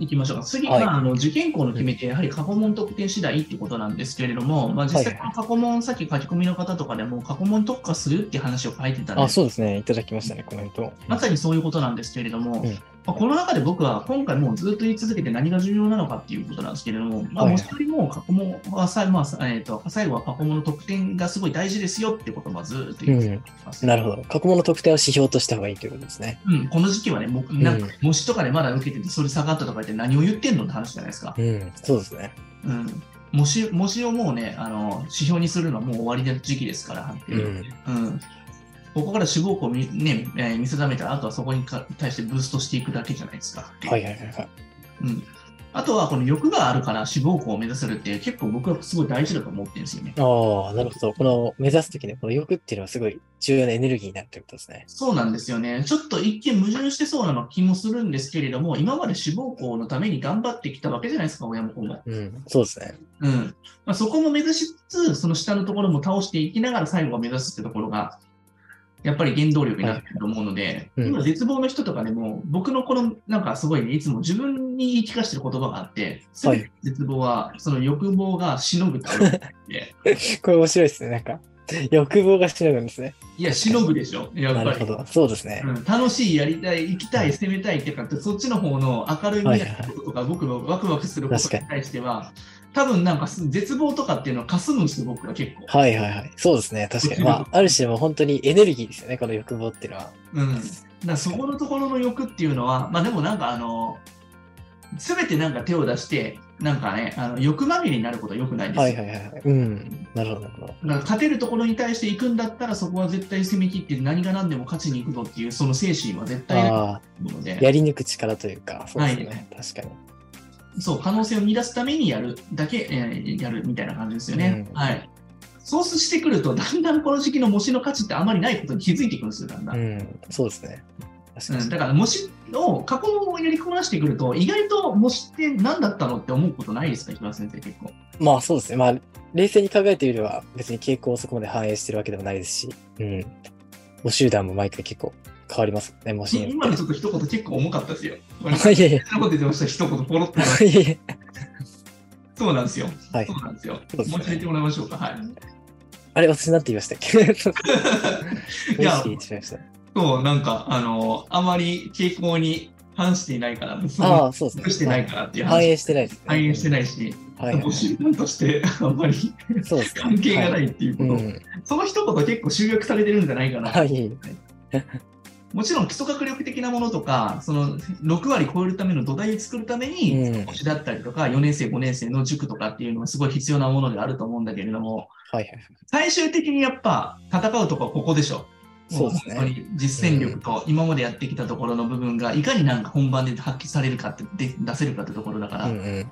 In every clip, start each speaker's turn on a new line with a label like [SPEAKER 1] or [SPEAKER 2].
[SPEAKER 1] 行きましょうか。次、
[SPEAKER 2] はい
[SPEAKER 1] まあ、あの受験校の決め手、やはり過去問得点次第ってことなんですけれども、まあ、実際この過去問、さっき書き込みの方とかでも、過去問特化するって話を書いてたん
[SPEAKER 2] あ、
[SPEAKER 1] です
[SPEAKER 2] そうですね。いただきましたね、コメント。
[SPEAKER 1] まさにそういうことなんですけれども、
[SPEAKER 2] うん
[SPEAKER 1] まあこの中で僕は今回もうずっと言い続けて何が重要なのかっていうことなんですけれども、まあ、
[SPEAKER 2] はい
[SPEAKER 1] もしよりも過去問はさ、まあさえー、と最後は過去問の得点がすごい大事ですよってことをまあずっと言ってます、
[SPEAKER 2] なるほど。過去問の特定を指標とした方がいいということですね。
[SPEAKER 1] うん、この時期はね、もなんか
[SPEAKER 2] うん
[SPEAKER 1] 模試とかでまだ受けてて、それ下がったとか言って何を言ってんのって話じゃないですか。
[SPEAKER 2] うん、そうですね。
[SPEAKER 1] うん、模試模試をもうねあの、指標にするのはもう終わりの時期ですから、
[SPEAKER 2] うん。
[SPEAKER 1] うんここから志望校を見,、ねえー見定めたら、あとはそこにか対してブーストしていくだけじゃないですか。
[SPEAKER 2] はいはいはいはい。
[SPEAKER 1] うん、あとは、この欲があるから志望校を目指せるって、結構僕はすごい大事だと思ってるんですよね。
[SPEAKER 2] ああ、なるほど。この目指すときのこの欲っていうのはすごい重要なエネルギーになるということですね。
[SPEAKER 1] そうなんですよね。ちょっと一見矛盾してそうな気もするんですけれども、今まで志望校のために頑張ってきたわけじゃないですか、親も子も。
[SPEAKER 2] うん、そうですね。
[SPEAKER 1] うんまあ、そこも目指しつつ、その下のところも倒していきながら最後は目指すってところが、やっぱり原動力になってると思うので、
[SPEAKER 2] はいうん
[SPEAKER 1] 今、絶望の人とかでも、僕のこの、なんかすごいね、いつも自分に言い聞かせてる言葉があって、
[SPEAKER 2] は
[SPEAKER 1] 全
[SPEAKER 2] い
[SPEAKER 1] ての絶望は、その欲望がしのぐってある って言って、
[SPEAKER 2] これ面白いですね。なんか、欲望がしのぐんですね。
[SPEAKER 1] いや、しのぐでしょ、やっ
[SPEAKER 2] な
[SPEAKER 1] ぱ
[SPEAKER 2] るほ
[SPEAKER 1] り。
[SPEAKER 2] ど。そうですね。
[SPEAKER 1] うん、楽しい、やりたい、行きたい、攻めたいってかって、そっちの方の明るい未来のこととか、僕のワクワクすることに対しては、多分なんかす絶望とかっていうのはかすむんですよ、僕は結構。
[SPEAKER 2] はいはいはい。そうですね。確か に。まあ、ある種もう本当にエネルギーですよね。この欲望っていうのは。
[SPEAKER 1] うん、だからそこのところの欲っていうのは、まあ、でもなんかあの、すべてなんか手を出して、なんかね、あの欲まみれになることは良くないですよ。
[SPEAKER 2] はいはいはいはい。うん。なるほど。なるほど。
[SPEAKER 1] だから勝てるところに対して行くんだったら、そこは絶対攻め切って、何が何でも勝ちに行くぞっていう、その精神は絶対あ
[SPEAKER 2] あ
[SPEAKER 1] るの
[SPEAKER 2] あ、
[SPEAKER 1] で、
[SPEAKER 2] やり抜く力というか、そうですね。
[SPEAKER 1] はい
[SPEAKER 2] 確かに。
[SPEAKER 1] そう、可能性を見出すためにやるだけ、えーやるみたいな感じですよね。
[SPEAKER 2] うん
[SPEAKER 1] はい。そうしてくると、だんだんこの時期の模試の価値ってあまりないことに気づいていくんですよ、だんだん。
[SPEAKER 2] うん、そうですね。確か
[SPEAKER 1] う
[SPEAKER 2] に。
[SPEAKER 1] ん、だから模試を過去問をやりこなしてくると意外と模試って何だったのって思うことないですか平田先生結構
[SPEAKER 2] まあそうですね。まあ、冷静に考えてみれば、別に傾向をそこまで反映してるわけでもないですし、うん。募集団も毎回結構変わりますね、もし。
[SPEAKER 1] 今のちょっと一言結構重かったですよ
[SPEAKER 2] あいやいや、
[SPEAKER 1] そんなこと言ってました一言ポロッと
[SPEAKER 2] いやいや
[SPEAKER 1] そうなんですよ
[SPEAKER 2] はい
[SPEAKER 1] そうなんですよ
[SPEAKER 2] そうですね
[SPEAKER 1] もう一回言ってもらいましょうかはい
[SPEAKER 2] あれ、私なんて言いましたっけ
[SPEAKER 1] いや
[SPEAKER 2] 無意識に言ってしまいました
[SPEAKER 1] そうなんかあのあまり傾向に反していないから
[SPEAKER 2] ああ、そうです
[SPEAKER 1] 属
[SPEAKER 2] ね。
[SPEAKER 1] してないからっていう
[SPEAKER 2] 反
[SPEAKER 1] 話
[SPEAKER 2] 映してないですね。
[SPEAKER 1] 反映してないし、
[SPEAKER 2] はいはい
[SPEAKER 1] 募集団としてあんまり
[SPEAKER 2] そうですね。。
[SPEAKER 1] 関係がないいっていうこ
[SPEAKER 2] う
[SPEAKER 1] と、
[SPEAKER 2] ん。
[SPEAKER 1] その一言結構集約されてるんじゃないかな
[SPEAKER 2] はい。
[SPEAKER 1] もちろん基礎学力的なものとか、その6割超えるための土台を作るために、
[SPEAKER 2] うん
[SPEAKER 1] 講師だったりとか、4年生、5年生の塾とかっていうのはすごい必要なものであると思うんだけれども、
[SPEAKER 2] はいはい。
[SPEAKER 1] 最終的にやっぱ戦うとこはここでしょ。
[SPEAKER 2] そうですね
[SPEAKER 1] も本当に実践力と今までやってきたところの部分がいかになんか本番で発揮されるかってで出せるかってところだから、
[SPEAKER 2] うんうん。
[SPEAKER 1] で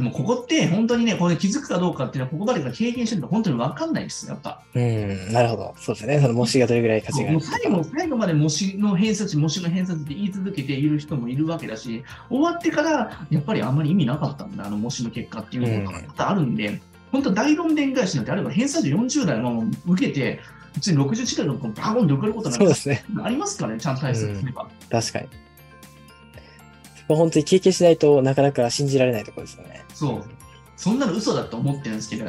[SPEAKER 1] もここって本当にね、これ気づくかどうかっていうのはここまでが経験してると本当にわかんないです、やっぱ。
[SPEAKER 2] うん、なるほど。そうですね。その模試がどれぐらい価値があ
[SPEAKER 1] も
[SPEAKER 2] る
[SPEAKER 1] う
[SPEAKER 2] かと
[SPEAKER 1] 最
[SPEAKER 2] か。
[SPEAKER 1] 後最後まで模試の偏差値、模試の偏差値って言い続けている人もいるわけだし、終わってからやっぱりあんまり意味なかったんだ、あの模試の結果っていうことが多々あるんで、本当、大論点返しなんてあれば、偏差値40代も受けて、うちに60近いのバコンで受かることなん
[SPEAKER 2] そうで
[SPEAKER 1] て
[SPEAKER 2] すね。
[SPEAKER 1] ありますからね、ちゃんと対策すれば。
[SPEAKER 2] 確かに。そこは本当に経験しないとなかなか信じられないところですよね。
[SPEAKER 1] そうそんなの嘘だと思ってるんですけど、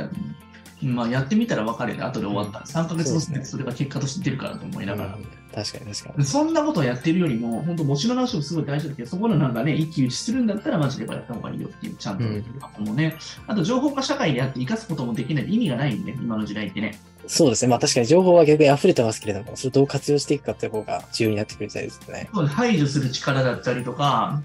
[SPEAKER 1] まあ、やってみたら分かるよね、後で終わったら、3ヶ月後
[SPEAKER 2] そうです
[SPEAKER 1] に
[SPEAKER 2] ね
[SPEAKER 1] それが結果として出るからと思いながら。
[SPEAKER 2] うん確かに確か
[SPEAKER 1] そんなことをやってるよりも、本当、持ちの話もすごい大事だけど、そこのなんかね、一喜一憂するんだったら、マジでやった方がいいよっていう、ちゃんと、
[SPEAKER 2] うん
[SPEAKER 1] もうね、あと、情報化社会であって、生かすこともできない、意味がないんで、今の時代ってね。
[SPEAKER 2] に。そうですね。まあ確かに情報は逆に溢れてますけれども、それをどう活用していくかっていう方が重要になってくるみたいですね。
[SPEAKER 1] そう排除する力だったりとか、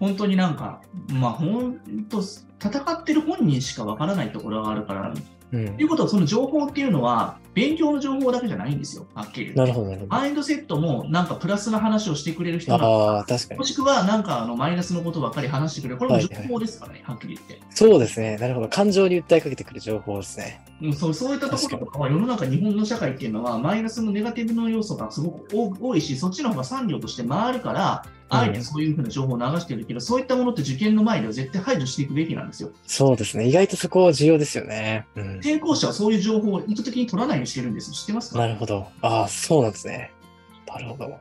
[SPEAKER 1] 本当になんか、まあ、本当、戦ってる本人しかわからないところがあるから、
[SPEAKER 2] うん
[SPEAKER 1] とい。うことは、その情報っていうのは、勉強の情報だけじゃないんですよ、はっきり言って
[SPEAKER 2] なるほど、なるほ
[SPEAKER 1] マインドセットも、なんかプラスな話をしてくれる人
[SPEAKER 2] ど。
[SPEAKER 1] が
[SPEAKER 2] ああ、確か
[SPEAKER 1] も
[SPEAKER 2] に。
[SPEAKER 1] しくは、なんかあのマイナスのことばっかり話してくれる、これも情報ですからね、はっきり言って。
[SPEAKER 2] そうですね。なるほど。感情に訴えかけてくる情報ですね。
[SPEAKER 1] うんそうそういったところとかは、世の中、日本の社会っていうのは、マイナスのネガティブの要素がすごく多多いし、そっちの方が産業として回るから、あえてそういうふうな情報を流してるけど、そういったものって受験の前では絶対排除していくべきなんですよ。
[SPEAKER 2] そうですね。意外とそこ重要ですよね。うん。
[SPEAKER 1] 転校者はそういう情報を意図的に取らないようにしてるんですよ。知ってますか
[SPEAKER 2] なるほど。ああ、そうなんですね。なるほど。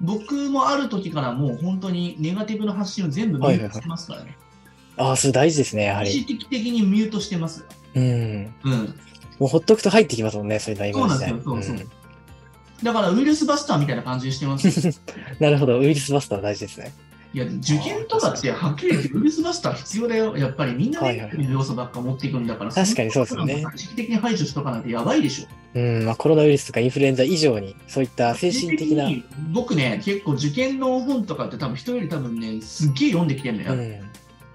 [SPEAKER 1] 僕もある時からもう本当にネガティブな発信を全部ミュートしてますからね。
[SPEAKER 2] ああ、それ大事ですね、やは
[SPEAKER 1] 意
[SPEAKER 2] り。
[SPEAKER 1] 識的にミュートしてます。
[SPEAKER 2] うん。
[SPEAKER 1] うん。
[SPEAKER 2] もうほっとくと入ってきますもんね、それが今の時代。
[SPEAKER 1] そうなんですよそうそうだからウイルスバスターみたいな感じにして ます。
[SPEAKER 2] うんなるほど、ウイルスバスター大事ですね。
[SPEAKER 1] いや、受験とかってはっきり言ってウイルスバスター必要だよ。やっぱりみんな
[SPEAKER 2] はい
[SPEAKER 1] ネ
[SPEAKER 2] はい
[SPEAKER 1] ガティブな要素ばっか持っていくんだから。
[SPEAKER 2] 確かにそうですよね
[SPEAKER 1] 意識的に排除しとかなんてやばいでしょ。
[SPEAKER 2] うん、まあ、コロナウイルスとかインフルエンザ以上に、そういった精神的な、
[SPEAKER 1] に僕ね、結構受験の本とかって多分人より多分ね、すっげえ読んできてるのよ。
[SPEAKER 2] うん。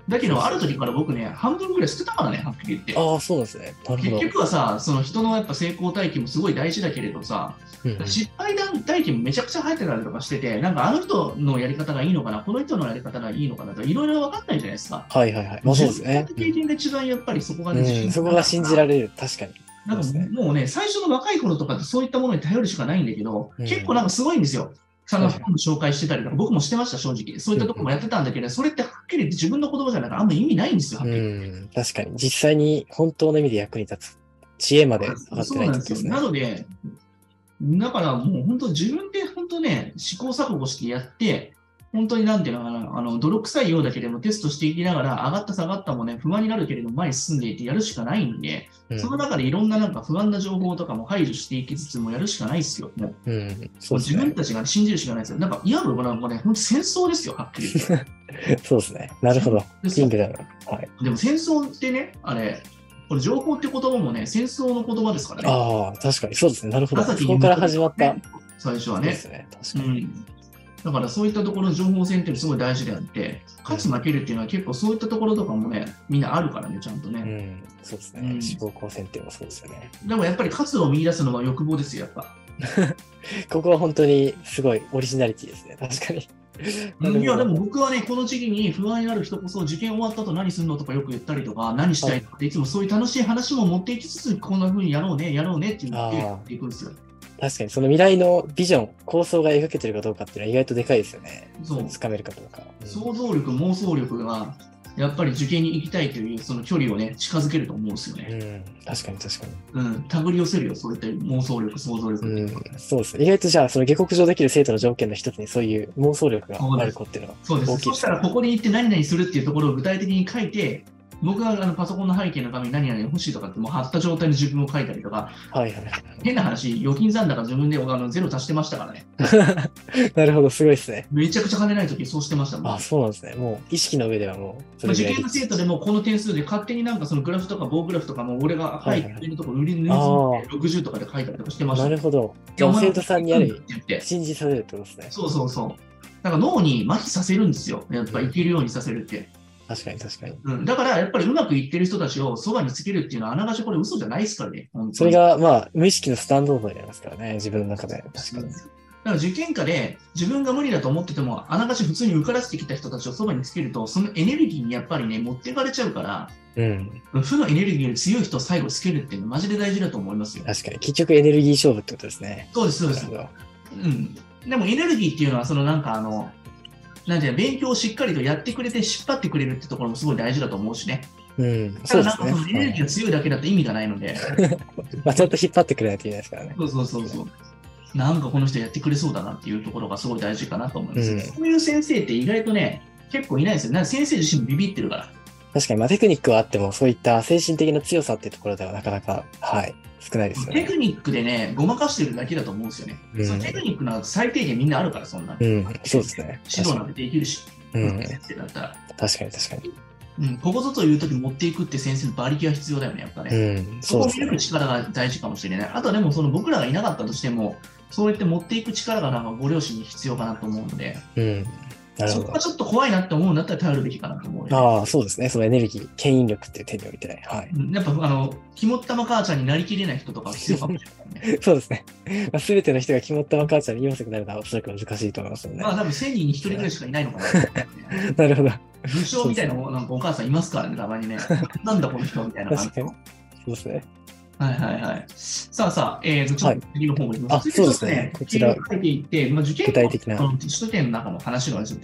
[SPEAKER 1] だけど、ある時から僕ね、半分ぐらい捨てたからね、はっきり言って。
[SPEAKER 2] ああ、そうなんですね。なるほ
[SPEAKER 1] 結
[SPEAKER 2] ど。
[SPEAKER 1] 局はさ、その人のやっぱ成功体験もすごい大事だけれどさ、
[SPEAKER 2] うんうん
[SPEAKER 1] 失敗体験もめちゃくちゃ入ってたりとかしてて、なんかあの人のやり方がいいのかな、この人のやり方がいいのかなとか、いろいろ分かんないじゃないですか。
[SPEAKER 2] はいはいはい。まあ、そうですね。
[SPEAKER 1] 自分の経験が一番やっぱりそこが
[SPEAKER 2] う
[SPEAKER 1] ね、
[SPEAKER 2] ん
[SPEAKER 1] 自
[SPEAKER 2] う
[SPEAKER 1] 信
[SPEAKER 2] ん、そこが信じら
[SPEAKER 1] れ
[SPEAKER 2] れる。確かに。
[SPEAKER 1] なんかもうね、最初の若い頃とかってそういったものに頼るしかないんだけど、
[SPEAKER 2] うん
[SPEAKER 1] 結構なんかすごいんですよ。その
[SPEAKER 2] はいはい
[SPEAKER 1] 本の紹介してたりとか、僕もしてました、正直。そういったとこもやってたんだけど、それってはっきり言って自分の言葉じゃなくて、あんま意味ないんですよ、はっ
[SPEAKER 2] う
[SPEAKER 1] きり言って
[SPEAKER 2] ん、確かに。実際に本当の意味で役に立つ知恵まで上がって
[SPEAKER 1] そ
[SPEAKER 2] な
[SPEAKER 1] う
[SPEAKER 2] い
[SPEAKER 1] な
[SPEAKER 2] っ
[SPEAKER 1] ん
[SPEAKER 2] て
[SPEAKER 1] で
[SPEAKER 2] こと
[SPEAKER 1] す
[SPEAKER 2] で
[SPEAKER 1] よ。な。
[SPEAKER 2] すね
[SPEAKER 1] ので、だからもう本当自分で本当ね、試行錯誤してやって、本当になんていうのかな、あの泥臭いようだけれどもテストしていきながら、上がった下がったもね、不安になるけれども前に進んでいってやるしかないんで、
[SPEAKER 2] うん
[SPEAKER 1] その中でいろんななんか不安な情報とかも排除していきつつもやるしかないですよ。もう
[SPEAKER 2] うん、そうで
[SPEAKER 1] 自
[SPEAKER 2] す
[SPEAKER 1] 分
[SPEAKER 2] ね。
[SPEAKER 1] たちが信じるしかないですよ。なんか嫌なのかな、もうね、本当戦争ですよ、はっきり言って。
[SPEAKER 2] そうですね。なるほど。
[SPEAKER 1] で
[SPEAKER 2] キングダム。はい。
[SPEAKER 1] でも戦争ってね、あれ、これ情報って言葉もね、戦争の言葉ですからね。
[SPEAKER 2] ああ、確かに。そうですね。なるほど。
[SPEAKER 1] 朝
[SPEAKER 2] そ
[SPEAKER 1] 日
[SPEAKER 2] こから始まった。。
[SPEAKER 1] 最初
[SPEAKER 2] そ
[SPEAKER 1] は
[SPEAKER 2] うで
[SPEAKER 1] ね。
[SPEAKER 2] すね。確
[SPEAKER 1] う
[SPEAKER 2] かに。
[SPEAKER 1] ん、だからそういったところの情報戦っていうのはすごい大事であって、勝つ負けるっていうのは結構そういったところとかもね、みんなあるからね、ちゃんと
[SPEAKER 2] う
[SPEAKER 1] ね。
[SPEAKER 2] ん、そうです
[SPEAKER 1] う
[SPEAKER 2] ね。
[SPEAKER 1] ん
[SPEAKER 2] 思考光線っていうのはそうですよね。
[SPEAKER 1] でもやっぱり勝つを見出すのは欲望ですよ、やっぱ。
[SPEAKER 2] ここは本当にすごいオリジナリティですね。確かに。
[SPEAKER 1] うん いや、でも僕はね、この時期に不安になる人こそ受験終わった後何するのとかよく言ったりとか、何したいとかっていつもそういう楽しい話も持っていきつつ、こんな風にやろうね、やろうねっていうのをやっていくんですよ。
[SPEAKER 2] 確かにその未来のビジョン、構想が描けてるかどうかっていうのは意外とでかいですよね。
[SPEAKER 1] そう
[SPEAKER 2] つかめるかどうか。うん
[SPEAKER 1] 想像力、妄想力が、やっぱり受験に行きたいというその距離をね、近づけると思うんですよね。
[SPEAKER 2] うん、確かに確かに。
[SPEAKER 1] うん、手繰り寄せるよ、そういった妄想力、想像力っていうのは
[SPEAKER 2] うん、そうですね。意外とじゃあ、その下克上できる生徒の条件の一つにそういう妄想力がある子っていうのは。
[SPEAKER 1] そうです
[SPEAKER 2] 大き
[SPEAKER 1] そ
[SPEAKER 2] いですね
[SPEAKER 1] したら、ここに行って何々するっていうところを具体的に書いて、僕があのパソコンの背景の画面に何々欲しいとかって、もう貼った状態の自分を書いたりとか、
[SPEAKER 2] はいはいは
[SPEAKER 1] 変な話、預金残高自分であのゼロ足してましたからね。
[SPEAKER 2] い。なるほど、すごいですね。
[SPEAKER 1] めちゃくちゃ金ない時そうしてましたもん。
[SPEAKER 2] あ、そうなんですね。もう意識の上ではもう、それぐ
[SPEAKER 1] 受
[SPEAKER 2] らい
[SPEAKER 1] 験の生徒でもこの点数で勝手になんかそのグラフとか棒グラフとかも俺が書いてるところ、売り抜い
[SPEAKER 2] あ
[SPEAKER 1] て60とかで書いたりとかしてま
[SPEAKER 2] あ
[SPEAKER 1] した。
[SPEAKER 2] なるほど。
[SPEAKER 1] い
[SPEAKER 2] じ
[SPEAKER 1] やお
[SPEAKER 2] ゃあ、
[SPEAKER 1] 前
[SPEAKER 2] 生徒さんにある意
[SPEAKER 1] う
[SPEAKER 2] 味
[SPEAKER 1] って言って
[SPEAKER 2] 信じさせるってことですね。
[SPEAKER 1] そうそうそう。なんか脳に麻痺させるんですよ。やっぱ生きるようにさせるって。
[SPEAKER 2] 確かに確かに。
[SPEAKER 1] うん、だからやっぱりうまくいってる人たちをそばにつけるっていうのはあながちこれ嘘じゃないですからね。本当に
[SPEAKER 2] それが、まあ、無意識のスタンダードになりますからね、自分の中で。確
[SPEAKER 1] う
[SPEAKER 2] か
[SPEAKER 1] ん
[SPEAKER 2] に
[SPEAKER 1] だ。から受験科で自分が無理だと思っててもあながち普通に受からせてきた人たちをそばにつけるとそのエネルギーにやっぱりね持っていかれちゃうから
[SPEAKER 2] うん。
[SPEAKER 1] 負のエネルギーより強い人を最後つけるっていうのはマジで大事だと思いますよ。
[SPEAKER 2] 確かに。結局エネルギー勝負ってことですね。
[SPEAKER 1] そうですそうです。
[SPEAKER 2] なる
[SPEAKER 1] うん、でもエネルギーっていうのはそのなんかあのなんていうの勉強をしっかりとやってくれて引っ張ってくれるってところもすごい大事だと思うしね。
[SPEAKER 2] ほどうん。
[SPEAKER 1] た
[SPEAKER 2] そ
[SPEAKER 1] だ
[SPEAKER 2] うで
[SPEAKER 1] なんかその
[SPEAKER 2] す
[SPEAKER 1] エネルギー
[SPEAKER 2] ね。
[SPEAKER 1] が強いだけだと意味がないので。
[SPEAKER 2] まあ、ちゃんと引っ張ってくれないといけないですからね。
[SPEAKER 1] そうそうそうそう。なんかこの人やってくれそうだなっていうところがすごい大事かなと思います。
[SPEAKER 2] うん
[SPEAKER 1] そういう先生って意外とね、結構いないですよ。なんか先生自身もビビってるから。
[SPEAKER 2] 確かに、まあ、テクニックはあっても、そういった精神的な強さっていうところではなかなか、はい、少ないですよ
[SPEAKER 1] テ
[SPEAKER 2] ね。
[SPEAKER 1] クニックでね、ごまかしてるだけだと思うんですよね。
[SPEAKER 2] うん
[SPEAKER 1] そのテクニックなんか最低限みんなあるから、そんな。
[SPEAKER 2] うん、そうですね。
[SPEAKER 1] 指導
[SPEAKER 2] 確
[SPEAKER 1] な
[SPEAKER 2] か
[SPEAKER 1] んてできるし、
[SPEAKER 2] に。うん、
[SPEAKER 1] 先生だったら。
[SPEAKER 2] 確かに確か
[SPEAKER 1] うん、ここぞという時持っていくって先生の馬力が必要だよね、やっぱね。
[SPEAKER 2] に。うん、
[SPEAKER 1] そ
[SPEAKER 2] そ
[SPEAKER 1] こ
[SPEAKER 2] う
[SPEAKER 1] を
[SPEAKER 2] です
[SPEAKER 1] 見抜く
[SPEAKER 2] ね。
[SPEAKER 1] 力が大事かもしれない。あとはでもその僕らがいなかったとしても、そうやって持っていく力がなんかご両親に必要かなと思うので、
[SPEAKER 2] うん。なる
[SPEAKER 1] そ
[SPEAKER 2] ほ
[SPEAKER 1] こ
[SPEAKER 2] ど
[SPEAKER 1] が。ちょっと怖いなって思うんだったら頼るべきかなと思うよね。
[SPEAKER 2] ああ、そうですね。そのエネルギー、牽引力っていう点において、 はい。
[SPEAKER 1] うんやっぱあの、肝っ玉母ちゃんになりきれない人とかは必要 かもしれないね。
[SPEAKER 2] そうですね。まあ、全ての人が肝っ玉母ちゃんに言わせくなるのはおそらく難しいと思いますので、ね
[SPEAKER 1] まあ多分1000人に1人ぐらいしかいないのか なと思ってね。
[SPEAKER 2] なるほど。
[SPEAKER 1] 武将みたいななんかお母さんいますからね、たまにね。なんだこの人みたいな感
[SPEAKER 2] 確
[SPEAKER 1] じ
[SPEAKER 2] かに
[SPEAKER 1] の。。
[SPEAKER 2] そうですね。
[SPEAKER 1] はいはいはい。さあさあ、えーと、ちょっと次の方も行きます。
[SPEAKER 2] はいあそうですね
[SPEAKER 1] ちょっと
[SPEAKER 2] こちら
[SPEAKER 1] 書いていって、まあ、受験
[SPEAKER 2] 具体的な
[SPEAKER 1] その首都圏の中の話がちょっと